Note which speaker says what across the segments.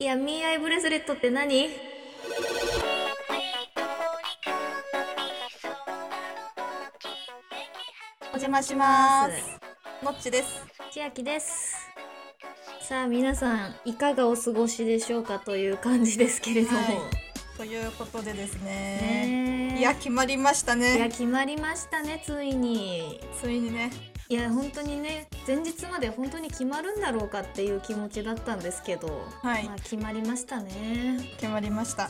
Speaker 1: 闇合いブレスレットって何
Speaker 2: お邪魔します。のっちです。
Speaker 1: 千秋ですさあ皆さんいかがお過ごしでしょうかという感じですけれども、
Speaker 2: はということでですね。
Speaker 1: ねえ
Speaker 2: いや決まりました
Speaker 1: いや
Speaker 2: ね。
Speaker 1: 決まりましたねついに
Speaker 2: ついにね。
Speaker 1: いや本当にね前日まで本当に決まるんだろうかっていう気持ちだったんですけど、
Speaker 2: はい
Speaker 1: まあ決まりましたね
Speaker 2: 決まりました。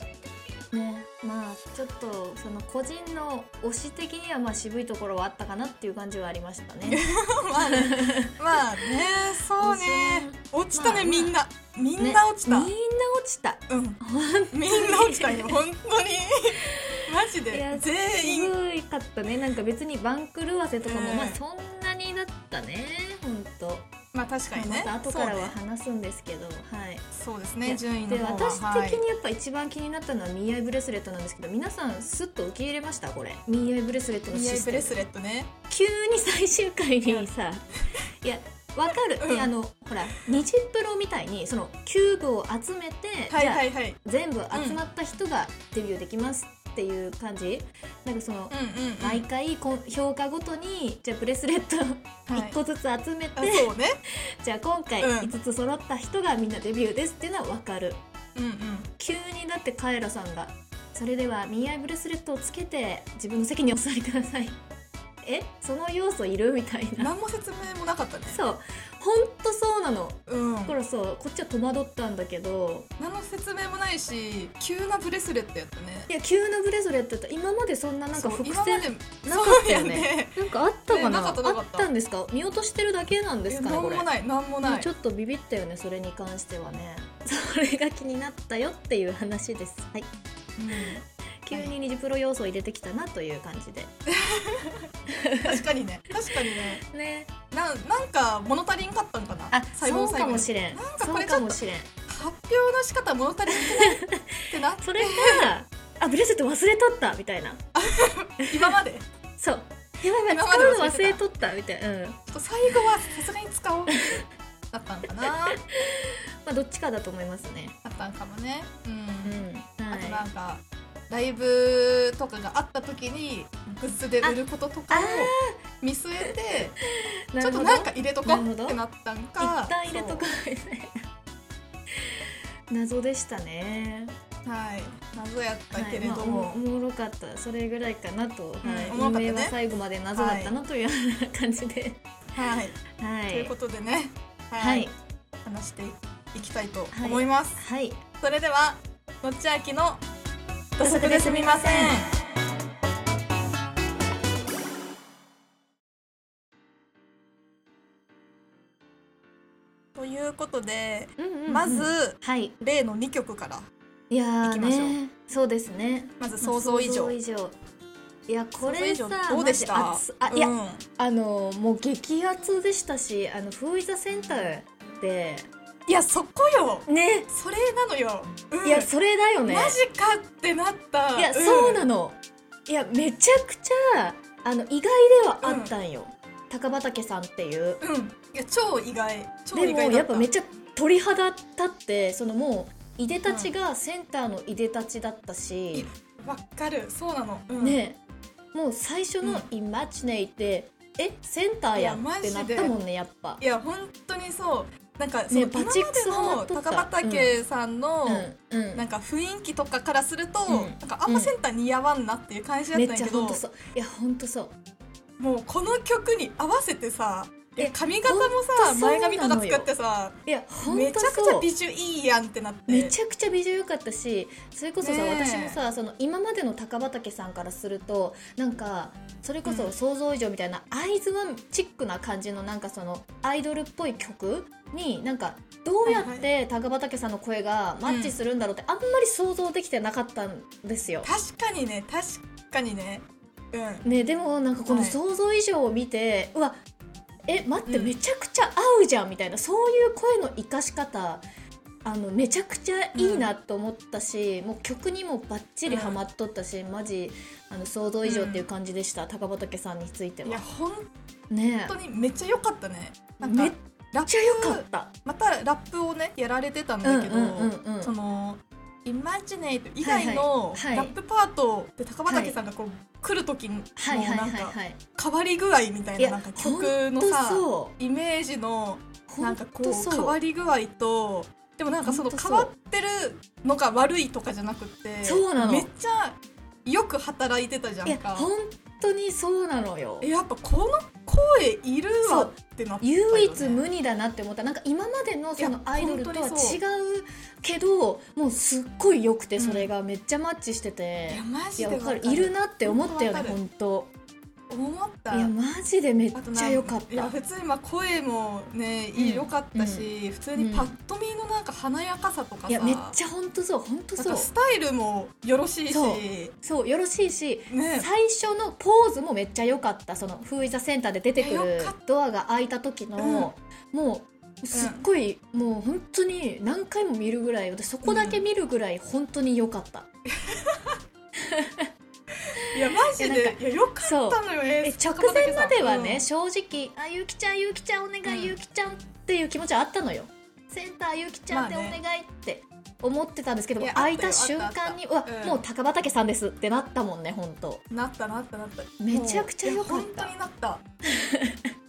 Speaker 1: ねまあちょっとその個人の推し的にはまあ渋いところはあったかなっていう感じはありましたね
Speaker 2: まあね。まあね。そうね。落ちた
Speaker 1: まあ
Speaker 2: ね
Speaker 1: まあ
Speaker 2: みんな。 みんな落ちた。
Speaker 1: ねみんな落ちた
Speaker 2: うん。みんな落ちた よ。本当に。マジ
Speaker 1: いや
Speaker 2: で。全員。
Speaker 1: すごいかったねなんか別に番狂わせとかも、
Speaker 2: うん
Speaker 1: まあそんなにだったね本当、
Speaker 2: まあ確かに
Speaker 1: ま
Speaker 2: ね。
Speaker 1: た後からは
Speaker 2: そうね
Speaker 1: 話すんですけど、はい
Speaker 2: そうです
Speaker 1: い
Speaker 2: ね。
Speaker 1: や
Speaker 2: 順位の
Speaker 1: で
Speaker 2: 方は。
Speaker 1: 私
Speaker 2: はい
Speaker 1: 的にやっぱ一番気になったのはミーアイブレスレットなんですけど皆さんスッと受け入れましたこれミーアイブレスレットの
Speaker 2: ミ
Speaker 1: シ
Speaker 2: アイ
Speaker 1: ステ
Speaker 2: ブ
Speaker 1: ム
Speaker 2: レスレットね。
Speaker 1: 急に最終回に さいやわかる、
Speaker 2: うん
Speaker 1: いやあのほらニジプロみたいにそのキューブを集めて、
Speaker 2: はい
Speaker 1: じゃあ
Speaker 2: はいはい。
Speaker 1: 全部集まった人がデビューできますっていう感じ、なんかその、
Speaker 2: うんうんうん。
Speaker 1: 毎回こん評価ごとにじゃあブレスレット
Speaker 2: はい
Speaker 1: 1個ずつ集めて、
Speaker 2: あそう ね。
Speaker 1: じゃあ今回
Speaker 2: うん
Speaker 1: 5つ揃った人がみんなデビューですっていうのは分かる
Speaker 2: うんうん。
Speaker 1: 急にだってカエラさんが「それではミーアイブレスレットをつけて自分の席にお座りください」 えその要素いるみたいな
Speaker 2: 何も説明もなかったね。
Speaker 1: そうほんとそうなの
Speaker 2: うん。
Speaker 1: だからそうこっちは戸惑ったんだけど
Speaker 2: 何の説明もないし急なブレスレットやったね
Speaker 1: いや急なブレスレットって今までそんななんか
Speaker 2: そう
Speaker 1: 伏
Speaker 2: 今ま
Speaker 1: 線
Speaker 2: で
Speaker 1: なかったよね
Speaker 2: そうや
Speaker 1: なんかあったかな,、
Speaker 2: ねなかったなか
Speaker 1: あっ
Speaker 2: った
Speaker 1: たんですか見落としてるだけなんですかね
Speaker 2: 何
Speaker 1: これ
Speaker 2: もない何
Speaker 1: も
Speaker 2: もな
Speaker 1: う
Speaker 2: い
Speaker 1: ちょっとビビったよねそれに関してはね それが気になったよっていう話ですはい急にニジプロ要素を入れてきたなという感じで
Speaker 2: うん確かにね確かにね
Speaker 1: ね
Speaker 2: ななんか物足りんかったんかな
Speaker 1: あ
Speaker 2: 細胞
Speaker 1: そうかも
Speaker 2: 細胞
Speaker 1: しれん
Speaker 2: なんかこ
Speaker 1: そう
Speaker 2: れちょ
Speaker 1: か
Speaker 2: っと
Speaker 1: もしれん
Speaker 2: 発表の仕方物足りんくないって
Speaker 1: それからあブレスレット忘れとったみたいな
Speaker 2: な今までち
Speaker 1: そ
Speaker 2: ょ
Speaker 1: うやばいやばい使
Speaker 2: 今まで
Speaker 1: うの忘
Speaker 2: 忘れ
Speaker 1: れ
Speaker 2: てた
Speaker 1: とったみたいなうん
Speaker 2: っと最後はさすがに使おうだったんかなだ
Speaker 1: まあどっちかだと思いますね
Speaker 2: ったんかもねうん、
Speaker 1: うんは
Speaker 2: あと
Speaker 1: い
Speaker 2: なんかライブとかがあった時にグッズで売ることとかを
Speaker 1: あ
Speaker 2: 見据えて
Speaker 1: な
Speaker 2: ちょ
Speaker 1: るほ
Speaker 2: っと
Speaker 1: ど
Speaker 2: なんか入れとこ
Speaker 1: なる
Speaker 2: う
Speaker 1: ほ
Speaker 2: っ
Speaker 1: ど
Speaker 2: てなったん
Speaker 1: 一
Speaker 2: か
Speaker 1: 旦入れとかみたいな 謎でしたね
Speaker 2: そうはい謎やった
Speaker 1: はい
Speaker 2: けれども、
Speaker 1: まあおもおもろかったそれぐらいかなと、はい
Speaker 2: おもろかった
Speaker 1: 運
Speaker 2: ね
Speaker 1: 営は最後まで謎だったなというような感じで、
Speaker 2: はい、
Speaker 1: は
Speaker 2: という
Speaker 1: い
Speaker 2: ことでねは、
Speaker 1: はいい
Speaker 2: 話していきたいと思います、
Speaker 1: はい
Speaker 2: それではのっちあきの土足ですみませんということで、
Speaker 1: うんうんうん
Speaker 2: まず
Speaker 1: はい
Speaker 2: 例の2曲から
Speaker 1: いやー
Speaker 2: 行きましょう
Speaker 1: ねそうですね
Speaker 2: まず想像以上
Speaker 1: まあ想いやこれさ
Speaker 2: 想像以上どうでした
Speaker 1: マジ熱あいや、
Speaker 2: うん
Speaker 1: あのもう激アツでしたしあのフーイザセンターで
Speaker 2: いやそこよ
Speaker 1: ね
Speaker 2: それなのよ、うん
Speaker 1: いやそれだよね
Speaker 2: マジかってなった
Speaker 1: いや、
Speaker 2: ん
Speaker 1: そうなのいやめちゃくちゃあの意外ではあったんよ、高畑さんっていう
Speaker 2: うんいや超意外超
Speaker 1: で
Speaker 2: 意
Speaker 1: も
Speaker 2: 外だった
Speaker 1: やっぱめっちゃ鳥肌立ってそのもういでたちがセンターのいでたちだったし、
Speaker 2: わかるそうなの、うん
Speaker 1: ねもう最初の「イマジネイ」って、えセンターやん
Speaker 2: いや
Speaker 1: ってな
Speaker 2: マ
Speaker 1: っ
Speaker 2: ジで
Speaker 1: たもんねやっぱ
Speaker 2: いや本当にそうなんかその、
Speaker 1: ねバチクソ
Speaker 2: 今
Speaker 1: ハマ
Speaker 2: ま
Speaker 1: っと
Speaker 2: で
Speaker 1: っ
Speaker 2: の
Speaker 1: た
Speaker 2: 高畑さんの、
Speaker 1: うんうん
Speaker 2: なんか雰囲気とかからすると、
Speaker 1: うん
Speaker 2: なんかあんまセンター似合わんなっていう感じだっ
Speaker 1: め
Speaker 2: た
Speaker 1: っ
Speaker 2: んや
Speaker 1: ちゃ
Speaker 2: けど、
Speaker 1: ほんとそういやほんとそう
Speaker 2: もうこの曲に合わせてさいや
Speaker 1: え
Speaker 2: 髪型も
Speaker 1: ほん
Speaker 2: さ
Speaker 1: とそう
Speaker 2: 前髪とか作ってさ
Speaker 1: いやほん
Speaker 2: めち
Speaker 1: と
Speaker 2: ゃくち
Speaker 1: そ
Speaker 2: ゃ
Speaker 1: う
Speaker 2: 美女いいやんってなって
Speaker 1: めちゃくちゃ美女良かったしそれこそさ、
Speaker 2: ねえ
Speaker 1: 私もさその今までの高畑さんからするとなんかそれこ
Speaker 2: う
Speaker 1: そ
Speaker 2: ん
Speaker 1: 想像以上みたいな、アイズワンチックな感じのなんかそのアイドルっぽい曲になんかどうや
Speaker 2: は
Speaker 1: っ
Speaker 2: い
Speaker 1: て高畑さんの声がマッチするんだろうってあんまり想像できてなかったんですよ。
Speaker 2: 確かにね確かにねうん
Speaker 1: ね、でもなんかこの
Speaker 2: はい
Speaker 1: 想像以上を見て、うわえ待って、
Speaker 2: うん
Speaker 1: めちゃくちゃ合うじゃんみたいなそういう声の生かし方あのめちゃくちゃいいなと思ったし、もう曲にもバッチリハマっとったし、マジあの想像以上っていう感じでした、高畑さんについて
Speaker 2: いや
Speaker 1: は。
Speaker 2: 本
Speaker 1: ね
Speaker 2: 当にめっちゃ良かったねなんか
Speaker 1: めっ
Speaker 2: ラッ
Speaker 1: ちゃ良かった。
Speaker 2: またラップをねやられてたんだけど、
Speaker 1: うんうんうんうん
Speaker 2: そのイマジネイト以外の
Speaker 1: はいはいはい
Speaker 2: ラップパートで高畑さんがこう来る時の
Speaker 1: はいはい
Speaker 2: な
Speaker 1: は
Speaker 2: ん
Speaker 1: い
Speaker 2: か
Speaker 1: はい。
Speaker 2: 変わり具合みたい
Speaker 1: い
Speaker 2: な
Speaker 1: や
Speaker 2: なんか曲のさ
Speaker 1: ほん
Speaker 2: イメージの
Speaker 1: とそう。
Speaker 2: なんかこ
Speaker 1: ほ
Speaker 2: う
Speaker 1: と
Speaker 2: 変わり具合とでもなんかその
Speaker 1: ほんとそ
Speaker 2: 変
Speaker 1: う
Speaker 2: わってるのが悪いとかじゃなくて
Speaker 1: そうなの
Speaker 2: めっちゃよく働いてたじゃ
Speaker 1: い
Speaker 2: ん
Speaker 1: や
Speaker 2: か。
Speaker 1: 本当にそうなのよ
Speaker 2: え。やっぱこの声いるわってなったよね
Speaker 1: 唯一無二だなって思ったなんか今までのそ
Speaker 2: いや
Speaker 1: のアイドルとは違う
Speaker 2: 本当にそう
Speaker 1: けどもうすっごい良くて
Speaker 2: うん
Speaker 1: それがめっちゃマッチしてて
Speaker 2: い、やマジ
Speaker 1: い
Speaker 2: で
Speaker 1: や
Speaker 2: わ
Speaker 1: わ
Speaker 2: か
Speaker 1: か
Speaker 2: る
Speaker 1: るいるなって思ったよね
Speaker 2: 本
Speaker 1: 本当
Speaker 2: 思った
Speaker 1: いやマジでめっ
Speaker 2: あと
Speaker 1: ちゃ良かっ
Speaker 2: いや
Speaker 1: た
Speaker 2: 普通にまあ声もね
Speaker 1: ん
Speaker 2: いい良かったし、普通にパッと見のなんか華やかさとかさ
Speaker 1: いやめっちゃ本当そう本当
Speaker 2: な
Speaker 1: そ
Speaker 2: ん
Speaker 1: う
Speaker 2: かスタイルもよろしいし
Speaker 1: そうそうよろしいし
Speaker 2: ね
Speaker 1: 最初のポーズもめっちゃ良かったその「フーイザセンター」で出てく
Speaker 2: いや良
Speaker 1: る
Speaker 2: かっ
Speaker 1: ドアが開いた時の、もうすっごい、もう本当に何回も見るぐらい私そこだけ見るぐらい本当に良かった、
Speaker 2: いやマジ
Speaker 1: いやなん
Speaker 2: でいや良かったのよ
Speaker 1: え
Speaker 2: え
Speaker 1: 直前まではね、
Speaker 2: うん
Speaker 1: 正直「あゆきちゃんゆきちゃんお願
Speaker 2: うん
Speaker 1: いゆきちゃん」っていう気持ちはあったのよセンターゆきちゃんでお
Speaker 2: まあ
Speaker 1: 願
Speaker 2: ね
Speaker 1: いって思ってたんですけど、
Speaker 2: いや
Speaker 1: 開い
Speaker 2: あ
Speaker 1: た
Speaker 2: った
Speaker 1: 瞬
Speaker 2: よあった
Speaker 1: 間に「う
Speaker 2: あっ
Speaker 1: わ
Speaker 2: た、うん
Speaker 1: もう高畑さんです」ってなったもんね本当
Speaker 2: なったなったなった
Speaker 1: めちゃくちゃ良か
Speaker 2: も
Speaker 1: っ
Speaker 2: ういや本
Speaker 1: た
Speaker 2: 当になった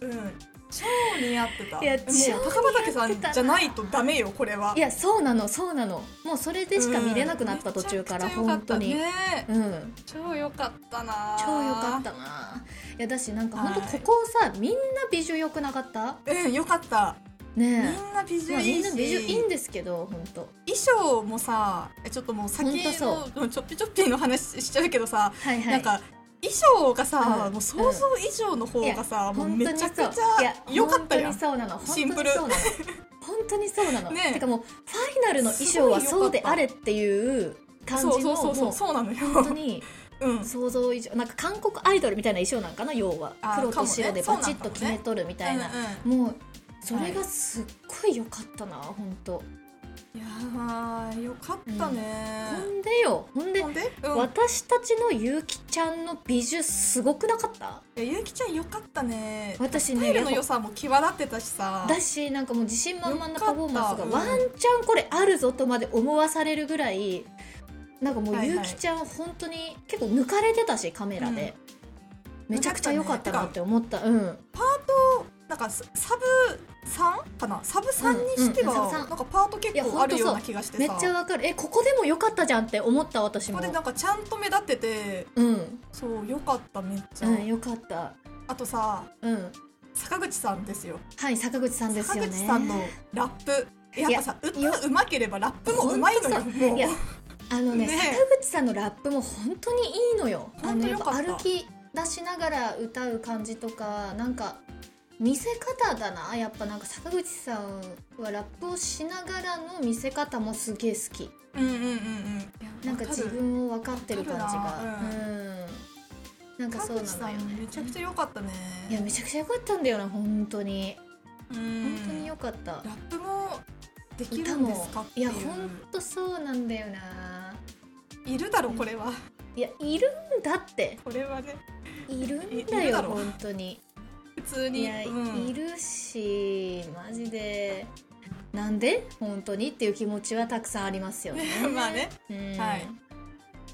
Speaker 2: うん超似合ってた
Speaker 1: いや
Speaker 2: もう
Speaker 1: 超
Speaker 2: 高畑さんじゃないとダメよこれはい
Speaker 1: やそうなのそうなのもうそれでしか見れなくなった途中から、
Speaker 2: うんめ
Speaker 1: 本
Speaker 2: ちゃくちゃ良か
Speaker 1: 当
Speaker 2: った
Speaker 1: に、
Speaker 2: ね
Speaker 1: うん
Speaker 2: 超良かったな
Speaker 1: 超良かったないやだしなんか
Speaker 2: はい
Speaker 1: 本当ここさみんな美女良くなかった
Speaker 2: たうん良かったみ
Speaker 1: ね
Speaker 2: んな美
Speaker 1: えまあ
Speaker 2: 女
Speaker 1: み
Speaker 2: い
Speaker 1: ん
Speaker 2: い
Speaker 1: な
Speaker 2: し
Speaker 1: 美女いいんですけど本当
Speaker 2: 衣装もさえちょっともう先
Speaker 1: ほんとそ
Speaker 2: のちょっぴちょっぴの話しちゃうけどさ、
Speaker 1: はいはい
Speaker 2: なんか衣装がさ、
Speaker 1: うん
Speaker 2: もう想像以上の方がさ、もう
Speaker 1: 本
Speaker 2: め
Speaker 1: 当に
Speaker 2: ち
Speaker 1: そ
Speaker 2: ゃ
Speaker 1: う
Speaker 2: くちゃ
Speaker 1: いや
Speaker 2: 良かったやん
Speaker 1: 本当にそうなの本当
Speaker 2: シン
Speaker 1: に
Speaker 2: プル
Speaker 1: そうなの本当に そうなの、
Speaker 2: ねえ
Speaker 1: てかもうファイナルの衣装はそうであれっていう感じの
Speaker 2: そうそうそうそ
Speaker 1: も
Speaker 2: う
Speaker 1: う
Speaker 2: そうなのよ
Speaker 1: 本当に
Speaker 2: うん
Speaker 1: 想像以上なんか韓国アイドルみたいな衣装なんかな要は
Speaker 2: あー
Speaker 1: 黒と
Speaker 2: かもね
Speaker 1: 白でバチッと決めとるみたいな
Speaker 2: うんうん
Speaker 1: もうそれがすっごい良かったな本当
Speaker 2: いやーよかったね
Speaker 1: ほ、んでよほんで
Speaker 2: ほんで、うん、い
Speaker 1: 私たちのゆうきちゃんの美術すごくなかった
Speaker 2: やゆうきちゃんよかったね
Speaker 1: 私
Speaker 2: スタイ
Speaker 1: ね
Speaker 2: ル
Speaker 1: や
Speaker 2: の
Speaker 1: ば
Speaker 2: 良さも際立ってたしさ
Speaker 1: だしなんかもう自信満々なパフォーマンスが
Speaker 2: よか
Speaker 1: ワ
Speaker 2: っ
Speaker 1: ン
Speaker 2: た
Speaker 1: チャンこれあるぞとまで思わされるぐらいなんかも
Speaker 2: は
Speaker 1: う
Speaker 2: いは
Speaker 1: ゆ
Speaker 2: い
Speaker 1: うきちゃん本当に結構抜かれてたしカメラで、めちゃくちゃ良かったなって思ったうん
Speaker 2: なんかササブ三かなサブ三にしては、
Speaker 1: うんうんサブ三
Speaker 2: なんかパート結
Speaker 1: いやほんと
Speaker 2: 構
Speaker 1: そう
Speaker 2: あるような気がしてさ
Speaker 1: めっちゃわかるえここでも良かったじゃんって思った私
Speaker 2: こ
Speaker 1: も
Speaker 2: こでなんかちゃんと目立ってて
Speaker 1: うん
Speaker 2: そうよかっためっちゃ、
Speaker 1: うん良かった
Speaker 2: あとさ
Speaker 1: うん
Speaker 2: 坂口さんですよ
Speaker 1: はい坂口さんです
Speaker 2: 坂
Speaker 1: よ
Speaker 2: 口
Speaker 1: ね
Speaker 2: さんのラップやっぱさ歌
Speaker 1: いや
Speaker 2: うまければラップもうまいのよ
Speaker 1: ほ
Speaker 2: もう
Speaker 1: いやあのね
Speaker 2: ね
Speaker 1: 坂口さんのラップも本当にいいのよ。あ
Speaker 2: 本当
Speaker 1: の
Speaker 2: よ
Speaker 1: やっ
Speaker 2: か
Speaker 1: ぱ
Speaker 2: った
Speaker 1: 歩き出しながら歌う感じとかなんか見せ方だなやっぱなんか坂口さんはラップをしながらの見せ方もすげえ好き
Speaker 2: うんうんうんうんいや
Speaker 1: なんか
Speaker 2: わる
Speaker 1: 自分を分かってる感じ
Speaker 2: わかる
Speaker 1: が
Speaker 2: な
Speaker 1: うんなんかそう
Speaker 2: 坂
Speaker 1: な
Speaker 2: 口さ
Speaker 1: の
Speaker 2: ん
Speaker 1: よね
Speaker 2: めちゃくちゃ良かったね
Speaker 1: いやめちゃくちゃ良かったんだよな本当に
Speaker 2: うん
Speaker 1: 本当に良かった
Speaker 2: ラップもできる
Speaker 1: 歌
Speaker 2: んで
Speaker 1: も
Speaker 2: すかって
Speaker 1: い
Speaker 2: い
Speaker 1: や
Speaker 2: う
Speaker 1: 本当そうなんだよない
Speaker 2: るだろこれはい
Speaker 1: やいるんだって
Speaker 2: これはね
Speaker 1: いるん
Speaker 2: いい
Speaker 1: だ
Speaker 2: る
Speaker 1: よ
Speaker 2: だろ
Speaker 1: 本当に
Speaker 2: 普通
Speaker 1: い
Speaker 2: に
Speaker 1: や、
Speaker 2: うん
Speaker 1: いるしマジでなんで本当にっていう気持ちはたくさんありますよね。
Speaker 2: まあね
Speaker 1: うん
Speaker 2: はい
Speaker 1: い、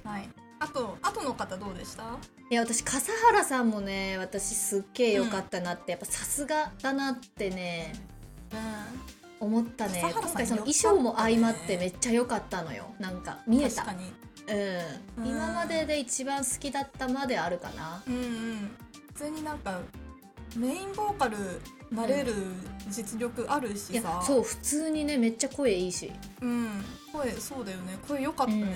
Speaker 2: はいあとあとの方どうでした
Speaker 1: や私笠原さんもね私すっげえ良かったなって、やっぱさすがだなってね
Speaker 2: う
Speaker 1: 思ったね
Speaker 2: 笠原さん
Speaker 1: 今回その衣
Speaker 2: 良かったね
Speaker 1: 装も相まってめっちゃ良かったのよなんか見え
Speaker 2: 確か
Speaker 1: た、
Speaker 2: に
Speaker 1: う
Speaker 2: うん
Speaker 1: ん、今までで一番好きだったまであるかな
Speaker 2: うんうん普通になんかメインボーカルなれる実力ある
Speaker 1: い
Speaker 2: しさ
Speaker 1: や、そう普通にねめっちゃ声いいし
Speaker 2: うん、声そうだよね声良かったね、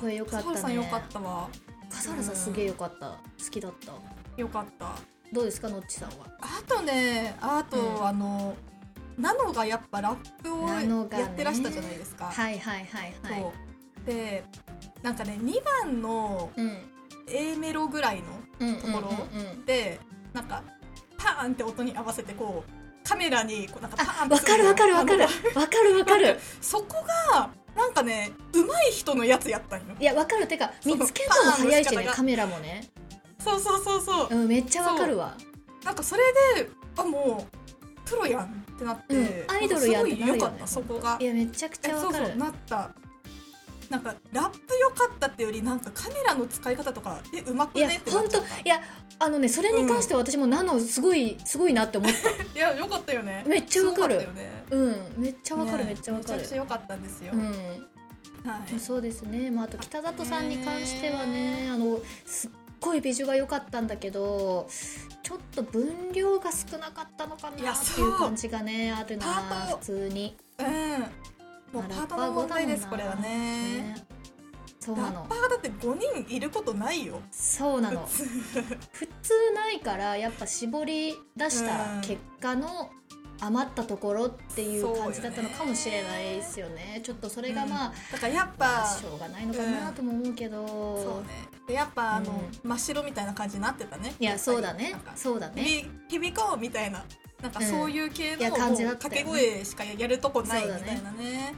Speaker 1: 声良かっ
Speaker 2: 笠原
Speaker 1: た
Speaker 2: さん
Speaker 1: ね
Speaker 2: 良かったわ
Speaker 1: 笠原さんすげえ良かった好きだった
Speaker 2: 良かった
Speaker 1: どうですかのっちさんは
Speaker 2: あとねあと、
Speaker 1: うん
Speaker 2: あのナノがやっぱラップ
Speaker 1: ナノ
Speaker 2: を
Speaker 1: がね
Speaker 2: やってらしたじゃないですか、
Speaker 1: はいはいはいはい
Speaker 2: そうでなんかね2番の
Speaker 1: うん
Speaker 2: A メロぐらいの
Speaker 1: うん
Speaker 2: ところ
Speaker 1: うんうんうん
Speaker 2: でなんかパーンって音に合わせてこうカメラにこうなんかパーン
Speaker 1: あ
Speaker 2: って
Speaker 1: わかるわかるわかる
Speaker 2: あ
Speaker 1: わ
Speaker 2: の
Speaker 1: かるわかる
Speaker 2: そこがなんかね上手い人のやつやったんよ
Speaker 1: いやわかるてか
Speaker 2: そう
Speaker 1: 見つけるのも早いし
Speaker 2: パーンの仕方
Speaker 1: ね
Speaker 2: が
Speaker 1: カメラもね
Speaker 2: そうそうそうそう
Speaker 1: うんめっちゃわかるわ
Speaker 2: なんかそれであもうプロやんってなって、
Speaker 1: うんアイドルやってなるよね
Speaker 2: すごい良かったそこが
Speaker 1: いやめちゃくち
Speaker 2: え
Speaker 1: ゃ
Speaker 2: そ
Speaker 1: わ
Speaker 2: う
Speaker 1: か
Speaker 2: そう
Speaker 1: る
Speaker 2: なったなんかラップ良かったっていうよりなんかカメラの使い方とかえうまく
Speaker 1: いや
Speaker 2: ねってなっ
Speaker 1: 本
Speaker 2: ちゃ
Speaker 1: 当
Speaker 2: っ
Speaker 1: いやあのねそれに関しては私もナノすごいすごいなって思 った
Speaker 2: たいや良かったよね
Speaker 1: めっちゃわかる
Speaker 2: すごったよね
Speaker 1: うんめっちゃわかる、
Speaker 2: ね
Speaker 1: めっちゃわか
Speaker 2: め
Speaker 1: る
Speaker 2: ちゃくちゃ良かったんですよ、
Speaker 1: うん
Speaker 2: はい
Speaker 1: そうですね、まあ、あと北里さんに関してはねあのすっごい美女が良かったんだけどちょっと分量が少なかったのか
Speaker 2: い
Speaker 1: な
Speaker 2: や
Speaker 1: って
Speaker 2: そ
Speaker 1: いうう感じがねあるな
Speaker 2: パート
Speaker 1: 普通に、
Speaker 2: うんもうパ
Speaker 1: まあ
Speaker 2: ートの問題ですこれはね
Speaker 1: ねそう
Speaker 2: ラ
Speaker 1: な
Speaker 2: ッ
Speaker 1: の
Speaker 2: パーがだって5人いることないよ
Speaker 1: そうなの
Speaker 2: 普通
Speaker 1: 普通ないからやっぱ絞り出した結果の余ったところっていう感じだったのかもしれないですよねちょっとそれがまあ、
Speaker 2: だからやっぱ
Speaker 1: しょうがないのかなとも思うけど、
Speaker 2: そうねでやっぱあの、
Speaker 1: う
Speaker 2: 真っ白みたいな感じになってたね
Speaker 1: いやそうだね
Speaker 2: なんか
Speaker 1: そうだね
Speaker 2: 響響こうみたいななんか
Speaker 1: うん
Speaker 2: そういう系
Speaker 1: い
Speaker 2: の
Speaker 1: や
Speaker 2: もう
Speaker 1: 感じだった
Speaker 2: 掛
Speaker 1: よね
Speaker 2: け声しかやるとこない
Speaker 1: そ
Speaker 2: み
Speaker 1: う
Speaker 2: た
Speaker 1: だ
Speaker 2: い
Speaker 1: ね
Speaker 2: なね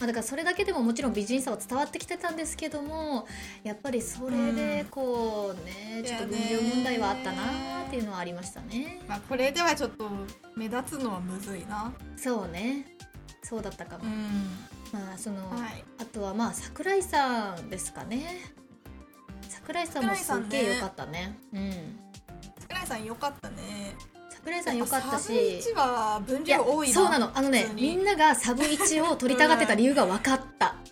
Speaker 1: まあ、だからそれだけでももちろん美人さは伝わってきてたんですけどもやっぱりそれでこうね、
Speaker 2: うん
Speaker 1: ちょっと
Speaker 2: いやね
Speaker 1: 分量問題はあったなっていうのはありましたね。
Speaker 2: まあこれではちょっと目立つのはむずいな
Speaker 1: そうねそうだったかも、
Speaker 2: うん
Speaker 1: まあその、
Speaker 2: はい
Speaker 1: あとはまあ桜井さんですかね桜井さんもすっげえ良かったね
Speaker 2: 桜井さんよかったね
Speaker 1: うん桜井さん良かったし
Speaker 2: サブ1は分量多いな
Speaker 1: そうなのあのね
Speaker 2: 普通
Speaker 1: み
Speaker 2: に
Speaker 1: んながサブ1を取りたがってた理由が分か った、
Speaker 2: うん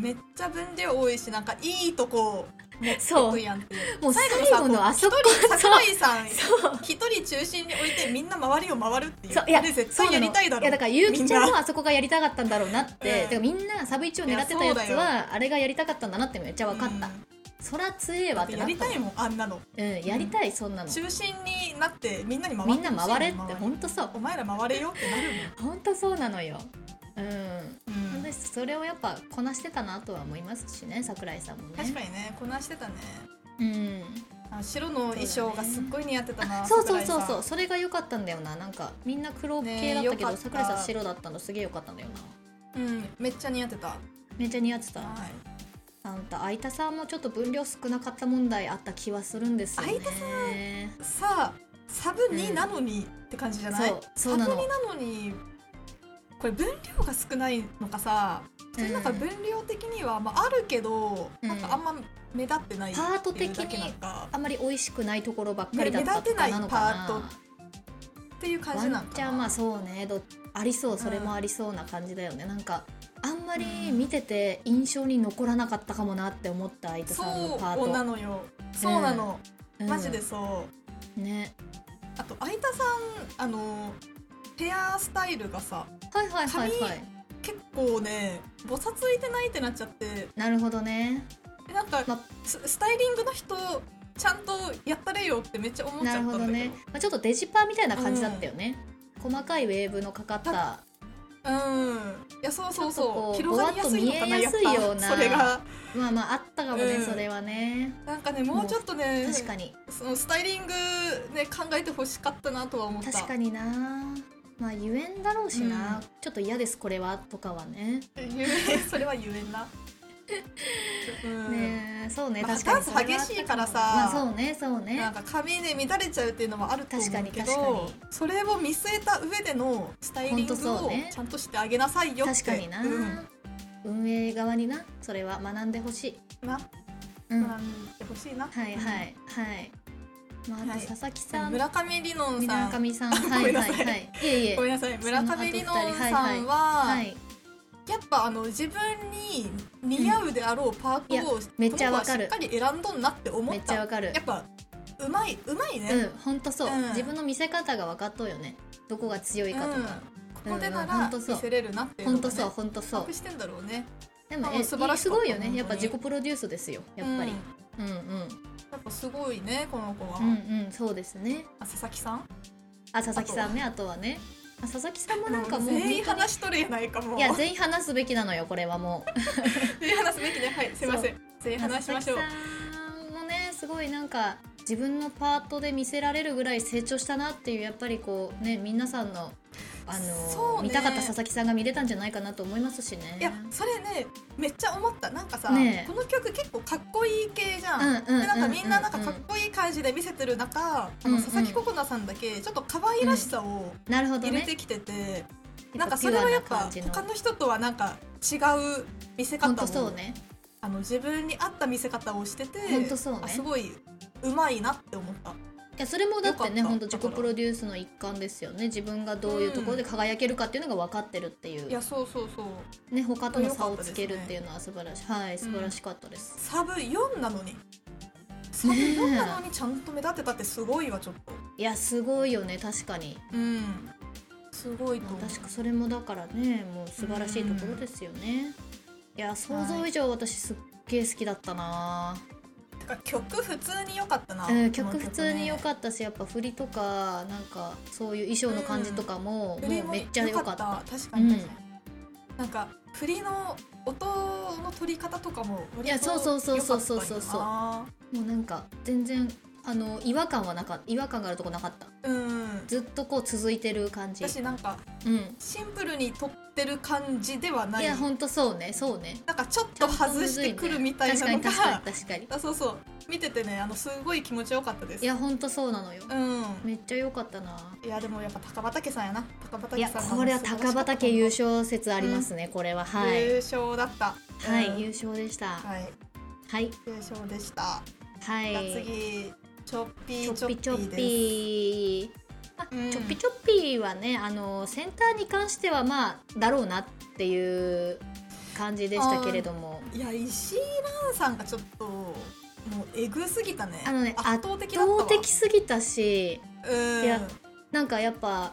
Speaker 2: めっちゃ分量多いしなんかいいとこ
Speaker 1: そう
Speaker 2: 得意やんっていう
Speaker 1: もう最後のあそこ
Speaker 2: 一人
Speaker 1: そう
Speaker 2: 桜井さん
Speaker 1: そう
Speaker 2: 一人中心に置いてみんな周りを回るっていう
Speaker 1: そういや
Speaker 2: あれ絶
Speaker 1: そう
Speaker 2: 対
Speaker 1: な
Speaker 2: や
Speaker 1: の
Speaker 2: りたいだろう
Speaker 1: やだからゆうきちゃん
Speaker 2: みん
Speaker 1: も
Speaker 2: な
Speaker 1: あそこがやりたかったんだろうなって、
Speaker 2: うん
Speaker 1: だからみんなサブ1を狙ってたやつ
Speaker 2: いやそうだ
Speaker 1: はあれがやりたかったんだなってめっちゃ分かった、
Speaker 2: うん
Speaker 1: そら強えわってな
Speaker 2: や
Speaker 1: っ
Speaker 2: り
Speaker 1: た
Speaker 2: たいもんあんなの
Speaker 1: うんやりたいそんなの
Speaker 2: 中心になってみんなに回って
Speaker 1: みんな回れって
Speaker 2: ほしいも
Speaker 1: ほ
Speaker 2: ん
Speaker 1: んとそう
Speaker 2: お前ら回れよってなる
Speaker 1: ほんとそうなのようん
Speaker 2: もん、
Speaker 1: 私それをやっぱこなしてたなとは思いますしね桜井さんもね
Speaker 2: 確かにねこなしてたね
Speaker 1: うん
Speaker 2: あ白の衣装がすっごい似合ってたな、
Speaker 1: あそうそうそう
Speaker 2: 桜井
Speaker 1: そう
Speaker 2: さ
Speaker 1: それが良かったんだよななんかみんな黒系だったけど、
Speaker 2: ねえ良かった
Speaker 1: 桜井さん白だったのすげえ良かったんだよなん
Speaker 2: うんめっちゃ似合ってた、は
Speaker 1: めっちゃ似合ってた
Speaker 2: い、
Speaker 1: あんた相田さんもちょっと分量少なかった問題あった気はするんですよね
Speaker 2: 相さあサブ2なのにって感じじゃない、
Speaker 1: そうそうなの
Speaker 2: サブ2なのにこれ分量が少ないのかさ普通なんか
Speaker 1: うん
Speaker 2: 分量的には、まあ、あるけど、
Speaker 1: うん
Speaker 2: なんかあんま目立ってない
Speaker 1: パート的に
Speaker 2: っていうだけなんか
Speaker 1: あんまり美味しくないところばっかりだ
Speaker 2: ね
Speaker 1: ったとかなのか
Speaker 2: 目立て
Speaker 1: な
Speaker 2: ないっていう感じな
Speaker 1: ワ
Speaker 2: ん
Speaker 1: ン
Speaker 2: か
Speaker 1: チ
Speaker 2: な
Speaker 1: ャンまあそうねどありそうそれ
Speaker 2: うん
Speaker 1: もありそうな感じだよね、なんかあんまり見てて印象に残らなかったかもなって思った相手
Speaker 2: そ
Speaker 1: さんのパー
Speaker 2: う
Speaker 1: ト
Speaker 2: なのよそうなの、
Speaker 1: うん
Speaker 2: マジでそう
Speaker 1: ね
Speaker 2: あと相田さんあのヘアスタイルがさ
Speaker 1: はいはいはいはい
Speaker 2: 結構ねぼさついてないってなっちゃって
Speaker 1: なるほどね
Speaker 2: えなんか、
Speaker 1: ま
Speaker 2: ススタイリングの人ちゃんとやったれよってめっちゃ思っちゃっ
Speaker 1: な
Speaker 2: た
Speaker 1: る
Speaker 2: ん
Speaker 1: ほど
Speaker 2: だけど
Speaker 1: ね、まあ、ちょっとデジパーみたいな感じだったよね、細かいウェーブのかかった
Speaker 2: うんいやそうそう
Speaker 1: ちょっとこ
Speaker 2: そうう広がりやすいのかな
Speaker 1: ぼわ
Speaker 2: や
Speaker 1: っ
Speaker 2: っ
Speaker 1: と
Speaker 2: ぱ
Speaker 1: 見えやすいような
Speaker 2: それが
Speaker 1: まあまああったかもね、
Speaker 2: うん
Speaker 1: それはね
Speaker 2: なんかねもうちょっとね
Speaker 1: 確かに
Speaker 2: そのスタイリングね考えてほしかったなとは思った
Speaker 1: 確かになまあゆえんだろうしな、
Speaker 2: うん
Speaker 1: ちょっと嫌ですこれはとかはね、
Speaker 2: ゆえ それはゆえんな、うん
Speaker 1: ねえそうね
Speaker 2: まあ
Speaker 1: 確かにそれはあったも
Speaker 2: ダンス激しいからさ
Speaker 1: まあそうねそうね
Speaker 2: なんか髪で乱れちゃうっていうのもあると思うけ
Speaker 1: 確かに
Speaker 2: ど
Speaker 1: 確
Speaker 2: それを見据えた上でのスタイリン
Speaker 1: ほ
Speaker 2: グ
Speaker 1: んとそう
Speaker 2: を
Speaker 1: ね
Speaker 2: ちゃんとしてあげなさいよって
Speaker 1: 確かにな、
Speaker 2: うん
Speaker 1: 運営側になそれは学んでほしい、
Speaker 2: な
Speaker 1: うんは
Speaker 2: 学んでほしいな、
Speaker 1: いはいはい、まあ、あ
Speaker 2: は
Speaker 1: と
Speaker 2: い
Speaker 1: 佐々木さん、
Speaker 2: 村上りのんさ
Speaker 1: 村
Speaker 2: ん
Speaker 1: 上 さん
Speaker 2: ご
Speaker 1: は
Speaker 2: め
Speaker 1: い
Speaker 2: んな
Speaker 1: は
Speaker 2: さ
Speaker 1: い
Speaker 2: い
Speaker 1: はいいえいえ
Speaker 2: ごめんなさい村上りのんさんは、
Speaker 1: はい
Speaker 2: やっぱあの自分に似合うであろうパートを、
Speaker 1: めっちゃわか
Speaker 2: し
Speaker 1: る
Speaker 2: っかり選んどんなって思
Speaker 1: め
Speaker 2: っ
Speaker 1: っちゃ
Speaker 2: た
Speaker 1: わかる
Speaker 2: やっぱうまいうまいね、
Speaker 1: うんほんとそう、
Speaker 2: うん
Speaker 1: 自分の見せ方が分かっとうよねどこが強いかと
Speaker 2: うん
Speaker 1: か、
Speaker 2: ここでな
Speaker 1: うんうんほ
Speaker 2: ら
Speaker 1: んとそう
Speaker 2: 見せれるなっていう
Speaker 1: ほ
Speaker 2: の
Speaker 1: ん
Speaker 2: が、
Speaker 1: と
Speaker 2: ね、
Speaker 1: そうほんとそう
Speaker 2: 隠してんだろうね
Speaker 1: でも
Speaker 2: あ
Speaker 1: え
Speaker 2: 素晴らしか
Speaker 1: す
Speaker 2: った
Speaker 1: ごいよねやっぱ
Speaker 2: 本当に
Speaker 1: 自己プロデュースですよやっぱり
Speaker 2: うん、
Speaker 1: うん、うん
Speaker 2: やっぱすごいねこの子は、
Speaker 1: うんうんそうですね
Speaker 2: あ佐々木さん
Speaker 1: あ佐々木さんねあとはねあ佐々木さんもなんかもう
Speaker 2: 全員
Speaker 1: 本当に
Speaker 2: 話しとるやないかもう
Speaker 1: いや全員話すべきなのよこれはもう
Speaker 2: 全員話すべきねはいすいません全員話しましょ
Speaker 1: 佐
Speaker 2: う
Speaker 1: 々木さんもねすごいなんか自分のパートで見せられるぐらい成長したなっていうやっぱりこうね皆さんのあ
Speaker 2: そ
Speaker 1: の、
Speaker 2: うね
Speaker 1: 見たかった佐々木さんが見れたんじゃないかなと思いますしね。
Speaker 2: いやそれねめっちゃ思ったなんかさ、
Speaker 1: ねえ
Speaker 2: この曲結構かっこいい系じゃん,、
Speaker 1: うんうんうんうんうん
Speaker 2: でなんかみんななんかかっこいい感じで見せてる中、あ
Speaker 1: うんう
Speaker 2: の
Speaker 1: ん
Speaker 2: 佐々木心菜さんだけちょっと可愛らしさを
Speaker 1: なるほど
Speaker 2: 入れ
Speaker 1: ね
Speaker 2: てきてて、
Speaker 1: や
Speaker 2: な
Speaker 1: っ
Speaker 2: ん
Speaker 1: ぱ
Speaker 2: か
Speaker 1: ピ
Speaker 2: そ
Speaker 1: ュ
Speaker 2: れ
Speaker 1: ア
Speaker 2: はや
Speaker 1: な
Speaker 2: っぱ
Speaker 1: 感じの
Speaker 2: 他の人とはなんか違う見せ
Speaker 1: 本
Speaker 2: 方
Speaker 1: 当
Speaker 2: を
Speaker 1: そうね
Speaker 2: あの自分に合った見せ方をしてて
Speaker 1: ほんとそうね
Speaker 2: あすごい上手いなって思った。
Speaker 1: いやそれもだってね
Speaker 2: よかった
Speaker 1: 本当自己プロデュースの一環ですよね自分がどういうところで輝けるかっていうのが分かってるっていう、
Speaker 2: いやそうそうそう
Speaker 1: ね他との差をつけるっていうのは素晴らしい、はい素晴らしかったです、
Speaker 2: サブ4なのにサブ4なのにちゃんと目立ってたってすごいわちょっと。
Speaker 1: いやすごいよね確かに、
Speaker 2: うんすごいと
Speaker 1: ま
Speaker 2: 思う
Speaker 1: あ、確かそれもだからねもう素晴らしいところですよね、いや想像以上私すっげえ好きだったな、
Speaker 2: てか曲普通に良かったな、
Speaker 1: うん、曲普通に良
Speaker 2: っ
Speaker 1: かったしやっぱ振りとかなんかそういう衣装の感じとかも、
Speaker 2: た
Speaker 1: もうめっちゃ良かった
Speaker 2: 確かに確かに、なんか振りの音の取り方とかも割と
Speaker 1: いやそうそうそうそうそうそう
Speaker 2: 良かっ
Speaker 1: もうなんか全然あの違和感はなかった違和感があるとこなかった
Speaker 2: たんだなうん
Speaker 1: ずっとこう続いてる感じ
Speaker 2: 私なんか
Speaker 1: うん
Speaker 2: シンプルに撮ってる感じではないい
Speaker 1: やほんとそうねそうね
Speaker 2: なんかちょっ
Speaker 1: ちゃ
Speaker 2: と
Speaker 1: ん
Speaker 2: 外
Speaker 1: む
Speaker 2: し
Speaker 1: ず
Speaker 2: て
Speaker 1: ね
Speaker 2: くるみたいなのが
Speaker 1: 確かに確かに確かに
Speaker 2: あそうそう見ててねあのすごい気持ちよかったです
Speaker 1: いやほんとそうなのよ
Speaker 2: うん
Speaker 1: めっちゃ良かったない
Speaker 2: やでもやっぱ高畑さんやな高
Speaker 1: い
Speaker 2: 畑
Speaker 1: や
Speaker 2: さんが
Speaker 1: これは高畑優勝説ありますねこれははい
Speaker 2: 優勝だった。
Speaker 1: は
Speaker 2: うん
Speaker 1: い優勝でした
Speaker 2: はい、
Speaker 1: はい
Speaker 2: 優勝でした。
Speaker 1: は
Speaker 2: じゃあ
Speaker 1: い
Speaker 2: 次、チョッピ
Speaker 1: ち
Speaker 2: ー
Speaker 1: ょ
Speaker 2: チ
Speaker 1: っ
Speaker 2: ョ
Speaker 1: ぴ
Speaker 2: ッピ
Speaker 1: ちょっ
Speaker 2: ーです。
Speaker 1: ぴあ
Speaker 2: うん
Speaker 1: ちょっぴちょっぴはねあのセンターに関してはまあだろうなっていう感じでしたけれども
Speaker 2: いや、石井蘭さんがちょっと、もうえぐすぎたね。
Speaker 1: あのね
Speaker 2: 圧倒
Speaker 1: 圧
Speaker 2: 的だったわ。
Speaker 1: 倒的すぎたし
Speaker 2: うん。
Speaker 1: いやなんかやっぱ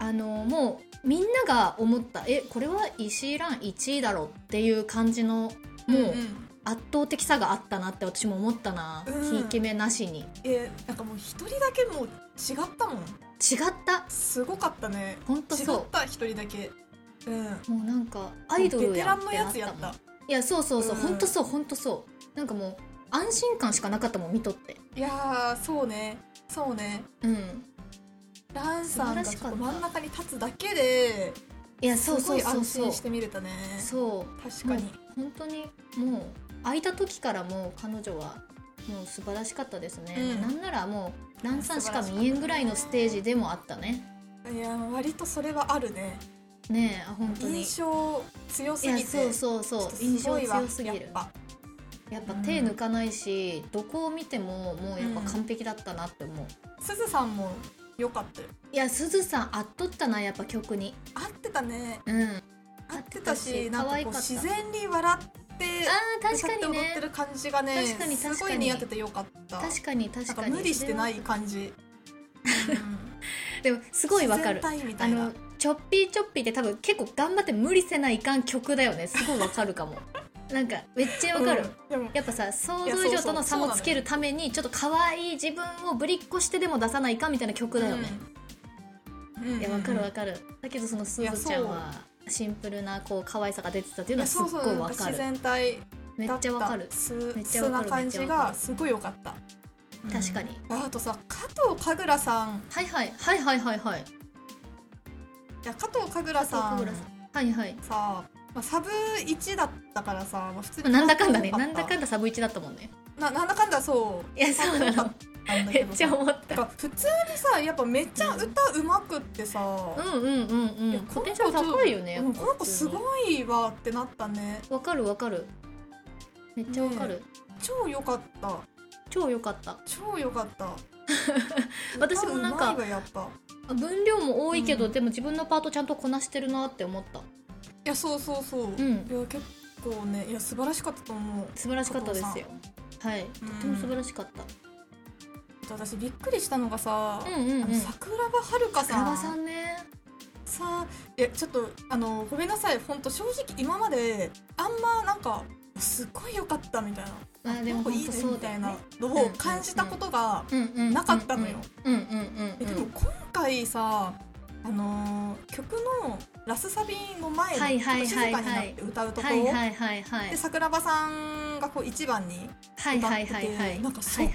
Speaker 1: あのもうみんなが思ったえこれは石井蘭1位だろっていう感じの
Speaker 2: うん
Speaker 1: もう
Speaker 2: うん
Speaker 1: 圧倒的さがあったなって私も思ったな
Speaker 2: うん
Speaker 1: ひいき目なしに違っ
Speaker 2: えなんかもう一人だけもう違ったもん。
Speaker 1: た
Speaker 2: すごかったね。
Speaker 1: ほんと
Speaker 2: 違っ
Speaker 1: そ
Speaker 2: た一人だけ。うん。
Speaker 1: うもうなんかアイドル
Speaker 2: ベテ
Speaker 1: や
Speaker 2: ラ
Speaker 1: ん
Speaker 2: ン
Speaker 1: っ
Speaker 2: の
Speaker 1: て
Speaker 2: や
Speaker 1: なっ
Speaker 2: つや
Speaker 1: た
Speaker 2: っ
Speaker 1: もん
Speaker 2: た。
Speaker 1: いやそうそうそう
Speaker 2: うん
Speaker 1: ほんとそうほんとそうなんかもう安心感しかなかったもん見とって
Speaker 2: いやー、そうね。そうね。
Speaker 1: うん
Speaker 2: 蘭さんがちょっと真ん中に立つだけで、
Speaker 1: いや
Speaker 2: す
Speaker 1: そうそ
Speaker 2: ご
Speaker 1: う
Speaker 2: い
Speaker 1: そう
Speaker 2: 安
Speaker 1: そう
Speaker 2: 心して見れたね。
Speaker 1: そう
Speaker 2: 確か
Speaker 1: も
Speaker 2: に。
Speaker 1: う本当にもう開いた時からもう彼女はもう素晴らしかったですね、
Speaker 2: うん
Speaker 1: なんならもうランさんしか見えんぐらいのステージでもあったね
Speaker 2: いや割とそれはあるね
Speaker 1: ねえあ本当にい
Speaker 2: 印象強すぎ
Speaker 1: や
Speaker 2: て
Speaker 1: そうそうそう印
Speaker 2: ちょ
Speaker 1: 象
Speaker 2: っとすごいわ
Speaker 1: 強すぎる
Speaker 2: や
Speaker 1: や
Speaker 2: っ
Speaker 1: っ
Speaker 2: ぱ
Speaker 1: ぱ手抜かないし、どこを見てももうやっぱ
Speaker 2: うん
Speaker 1: 完璧だったなって思う、
Speaker 2: すずさんも良かったよ
Speaker 1: いやすずさんあっとったなやっぱ曲に
Speaker 2: 合ってたね
Speaker 1: うんあ
Speaker 2: 合ってた
Speaker 1: 合ってた
Speaker 2: し
Speaker 1: し
Speaker 2: なん
Speaker 1: 可
Speaker 2: か
Speaker 1: 愛
Speaker 2: こ
Speaker 1: か
Speaker 2: う
Speaker 1: った
Speaker 2: 自然に笑って
Speaker 1: ー確
Speaker 2: 歌
Speaker 1: か
Speaker 2: っ
Speaker 1: に
Speaker 2: て踊って
Speaker 1: ね
Speaker 2: る感じがね
Speaker 1: 確かに確かに
Speaker 2: すごい似合ってて良かった
Speaker 1: 確かに
Speaker 2: なん
Speaker 1: 確
Speaker 2: か
Speaker 1: かに
Speaker 2: 無理してない感じ、
Speaker 1: でも すごいわかる
Speaker 2: 自然体みた
Speaker 1: あ
Speaker 2: いな
Speaker 1: のちょっぴーちょっぴーって多分結構頑張って無理せないかん曲だよねすごいわかるかも なんかめっちゃわかる、
Speaker 2: うんでも
Speaker 1: やっぱさ想像以上との差もつけるためにちょっと可愛い自分をぶりっこしてでも出さないかみたいな曲だよね、
Speaker 2: うんうん
Speaker 1: いやわかるわかるだけどそのすずちゃん
Speaker 2: い
Speaker 1: はシンプルなこう可愛さが出てたっていう
Speaker 2: い
Speaker 1: のは
Speaker 2: や
Speaker 1: すっ
Speaker 2: そうそう
Speaker 1: ごいわ
Speaker 2: なん
Speaker 1: か
Speaker 2: 自
Speaker 1: る
Speaker 2: 然体
Speaker 1: めっちゃわかる
Speaker 2: 素
Speaker 1: めっちゃわか
Speaker 2: な
Speaker 1: る
Speaker 2: 感じ
Speaker 1: めっちゃわか
Speaker 2: が
Speaker 1: る
Speaker 2: すごい良かった
Speaker 1: 確かに、
Speaker 2: ああとさ加藤神楽さん
Speaker 1: はいはいはいはいはいはい
Speaker 2: いや加藤神楽さん
Speaker 1: 神
Speaker 2: さ
Speaker 1: 楽さはいはい
Speaker 2: まあ、サブ1だったからさ、まあ、普通に
Speaker 1: なんだかんだねなんだか
Speaker 2: ん
Speaker 1: んだサブ1だったもんね
Speaker 2: ななんだかんだそう
Speaker 1: いやそうなの
Speaker 2: なんだ
Speaker 1: め
Speaker 2: け
Speaker 1: っ
Speaker 2: ど
Speaker 1: ちゃ
Speaker 2: さ
Speaker 1: 思っ
Speaker 2: な
Speaker 1: た
Speaker 2: んか普通にさやっぱめっちゃ歌うまくってさ、
Speaker 1: うんうんうん
Speaker 2: いうや
Speaker 1: んポ
Speaker 2: この
Speaker 1: テ
Speaker 2: 子
Speaker 1: ンシャル高いよね
Speaker 2: うんこの子すごいわってなったね
Speaker 1: わかるわかるめっちゃわかる、
Speaker 2: 超良かった
Speaker 1: 超良かった
Speaker 2: 超良かった
Speaker 1: 私もなんか
Speaker 2: 歌うまいわやっぱ
Speaker 1: 分量も多いけど、
Speaker 2: うん
Speaker 1: でも自分のパートちゃんとこなしてるなって思った
Speaker 2: いやそうそうそう、
Speaker 1: う
Speaker 2: い
Speaker 1: ん
Speaker 2: や結構ねいや素晴らしかったと思う
Speaker 1: 素晴らしかったですよはいと
Speaker 2: うん
Speaker 1: っても素晴らしかった、
Speaker 2: 私びっくりしたのがさ、
Speaker 1: うん、うんうん
Speaker 2: あの桜庭遥
Speaker 1: 桜
Speaker 2: さ
Speaker 1: 庭
Speaker 2: ん
Speaker 1: さんね
Speaker 2: さあいやちょっとあのごめんなさい本当正直今まであんまなんかすっごい良かったみたいな
Speaker 1: まあでも
Speaker 2: なんかい
Speaker 1: 本
Speaker 2: い
Speaker 1: 当
Speaker 2: ね
Speaker 1: そ
Speaker 2: み
Speaker 1: うだ
Speaker 2: た
Speaker 1: よ
Speaker 2: い
Speaker 1: ね
Speaker 2: なのを感じたことが、
Speaker 1: うんうんうん
Speaker 2: なかったのよ
Speaker 1: うんうんうん
Speaker 2: えでも今回さあの曲のラスサビの前の、
Speaker 1: はいはい
Speaker 2: ちょっと
Speaker 1: はい
Speaker 2: 静
Speaker 1: は
Speaker 2: か
Speaker 1: い
Speaker 2: になって歌うところ、
Speaker 1: はいはいはいはい
Speaker 2: で桜庭さんがこう一番に
Speaker 1: はい
Speaker 2: 歌っ
Speaker 1: はい
Speaker 2: てて、
Speaker 1: はいはい
Speaker 2: なんかそこ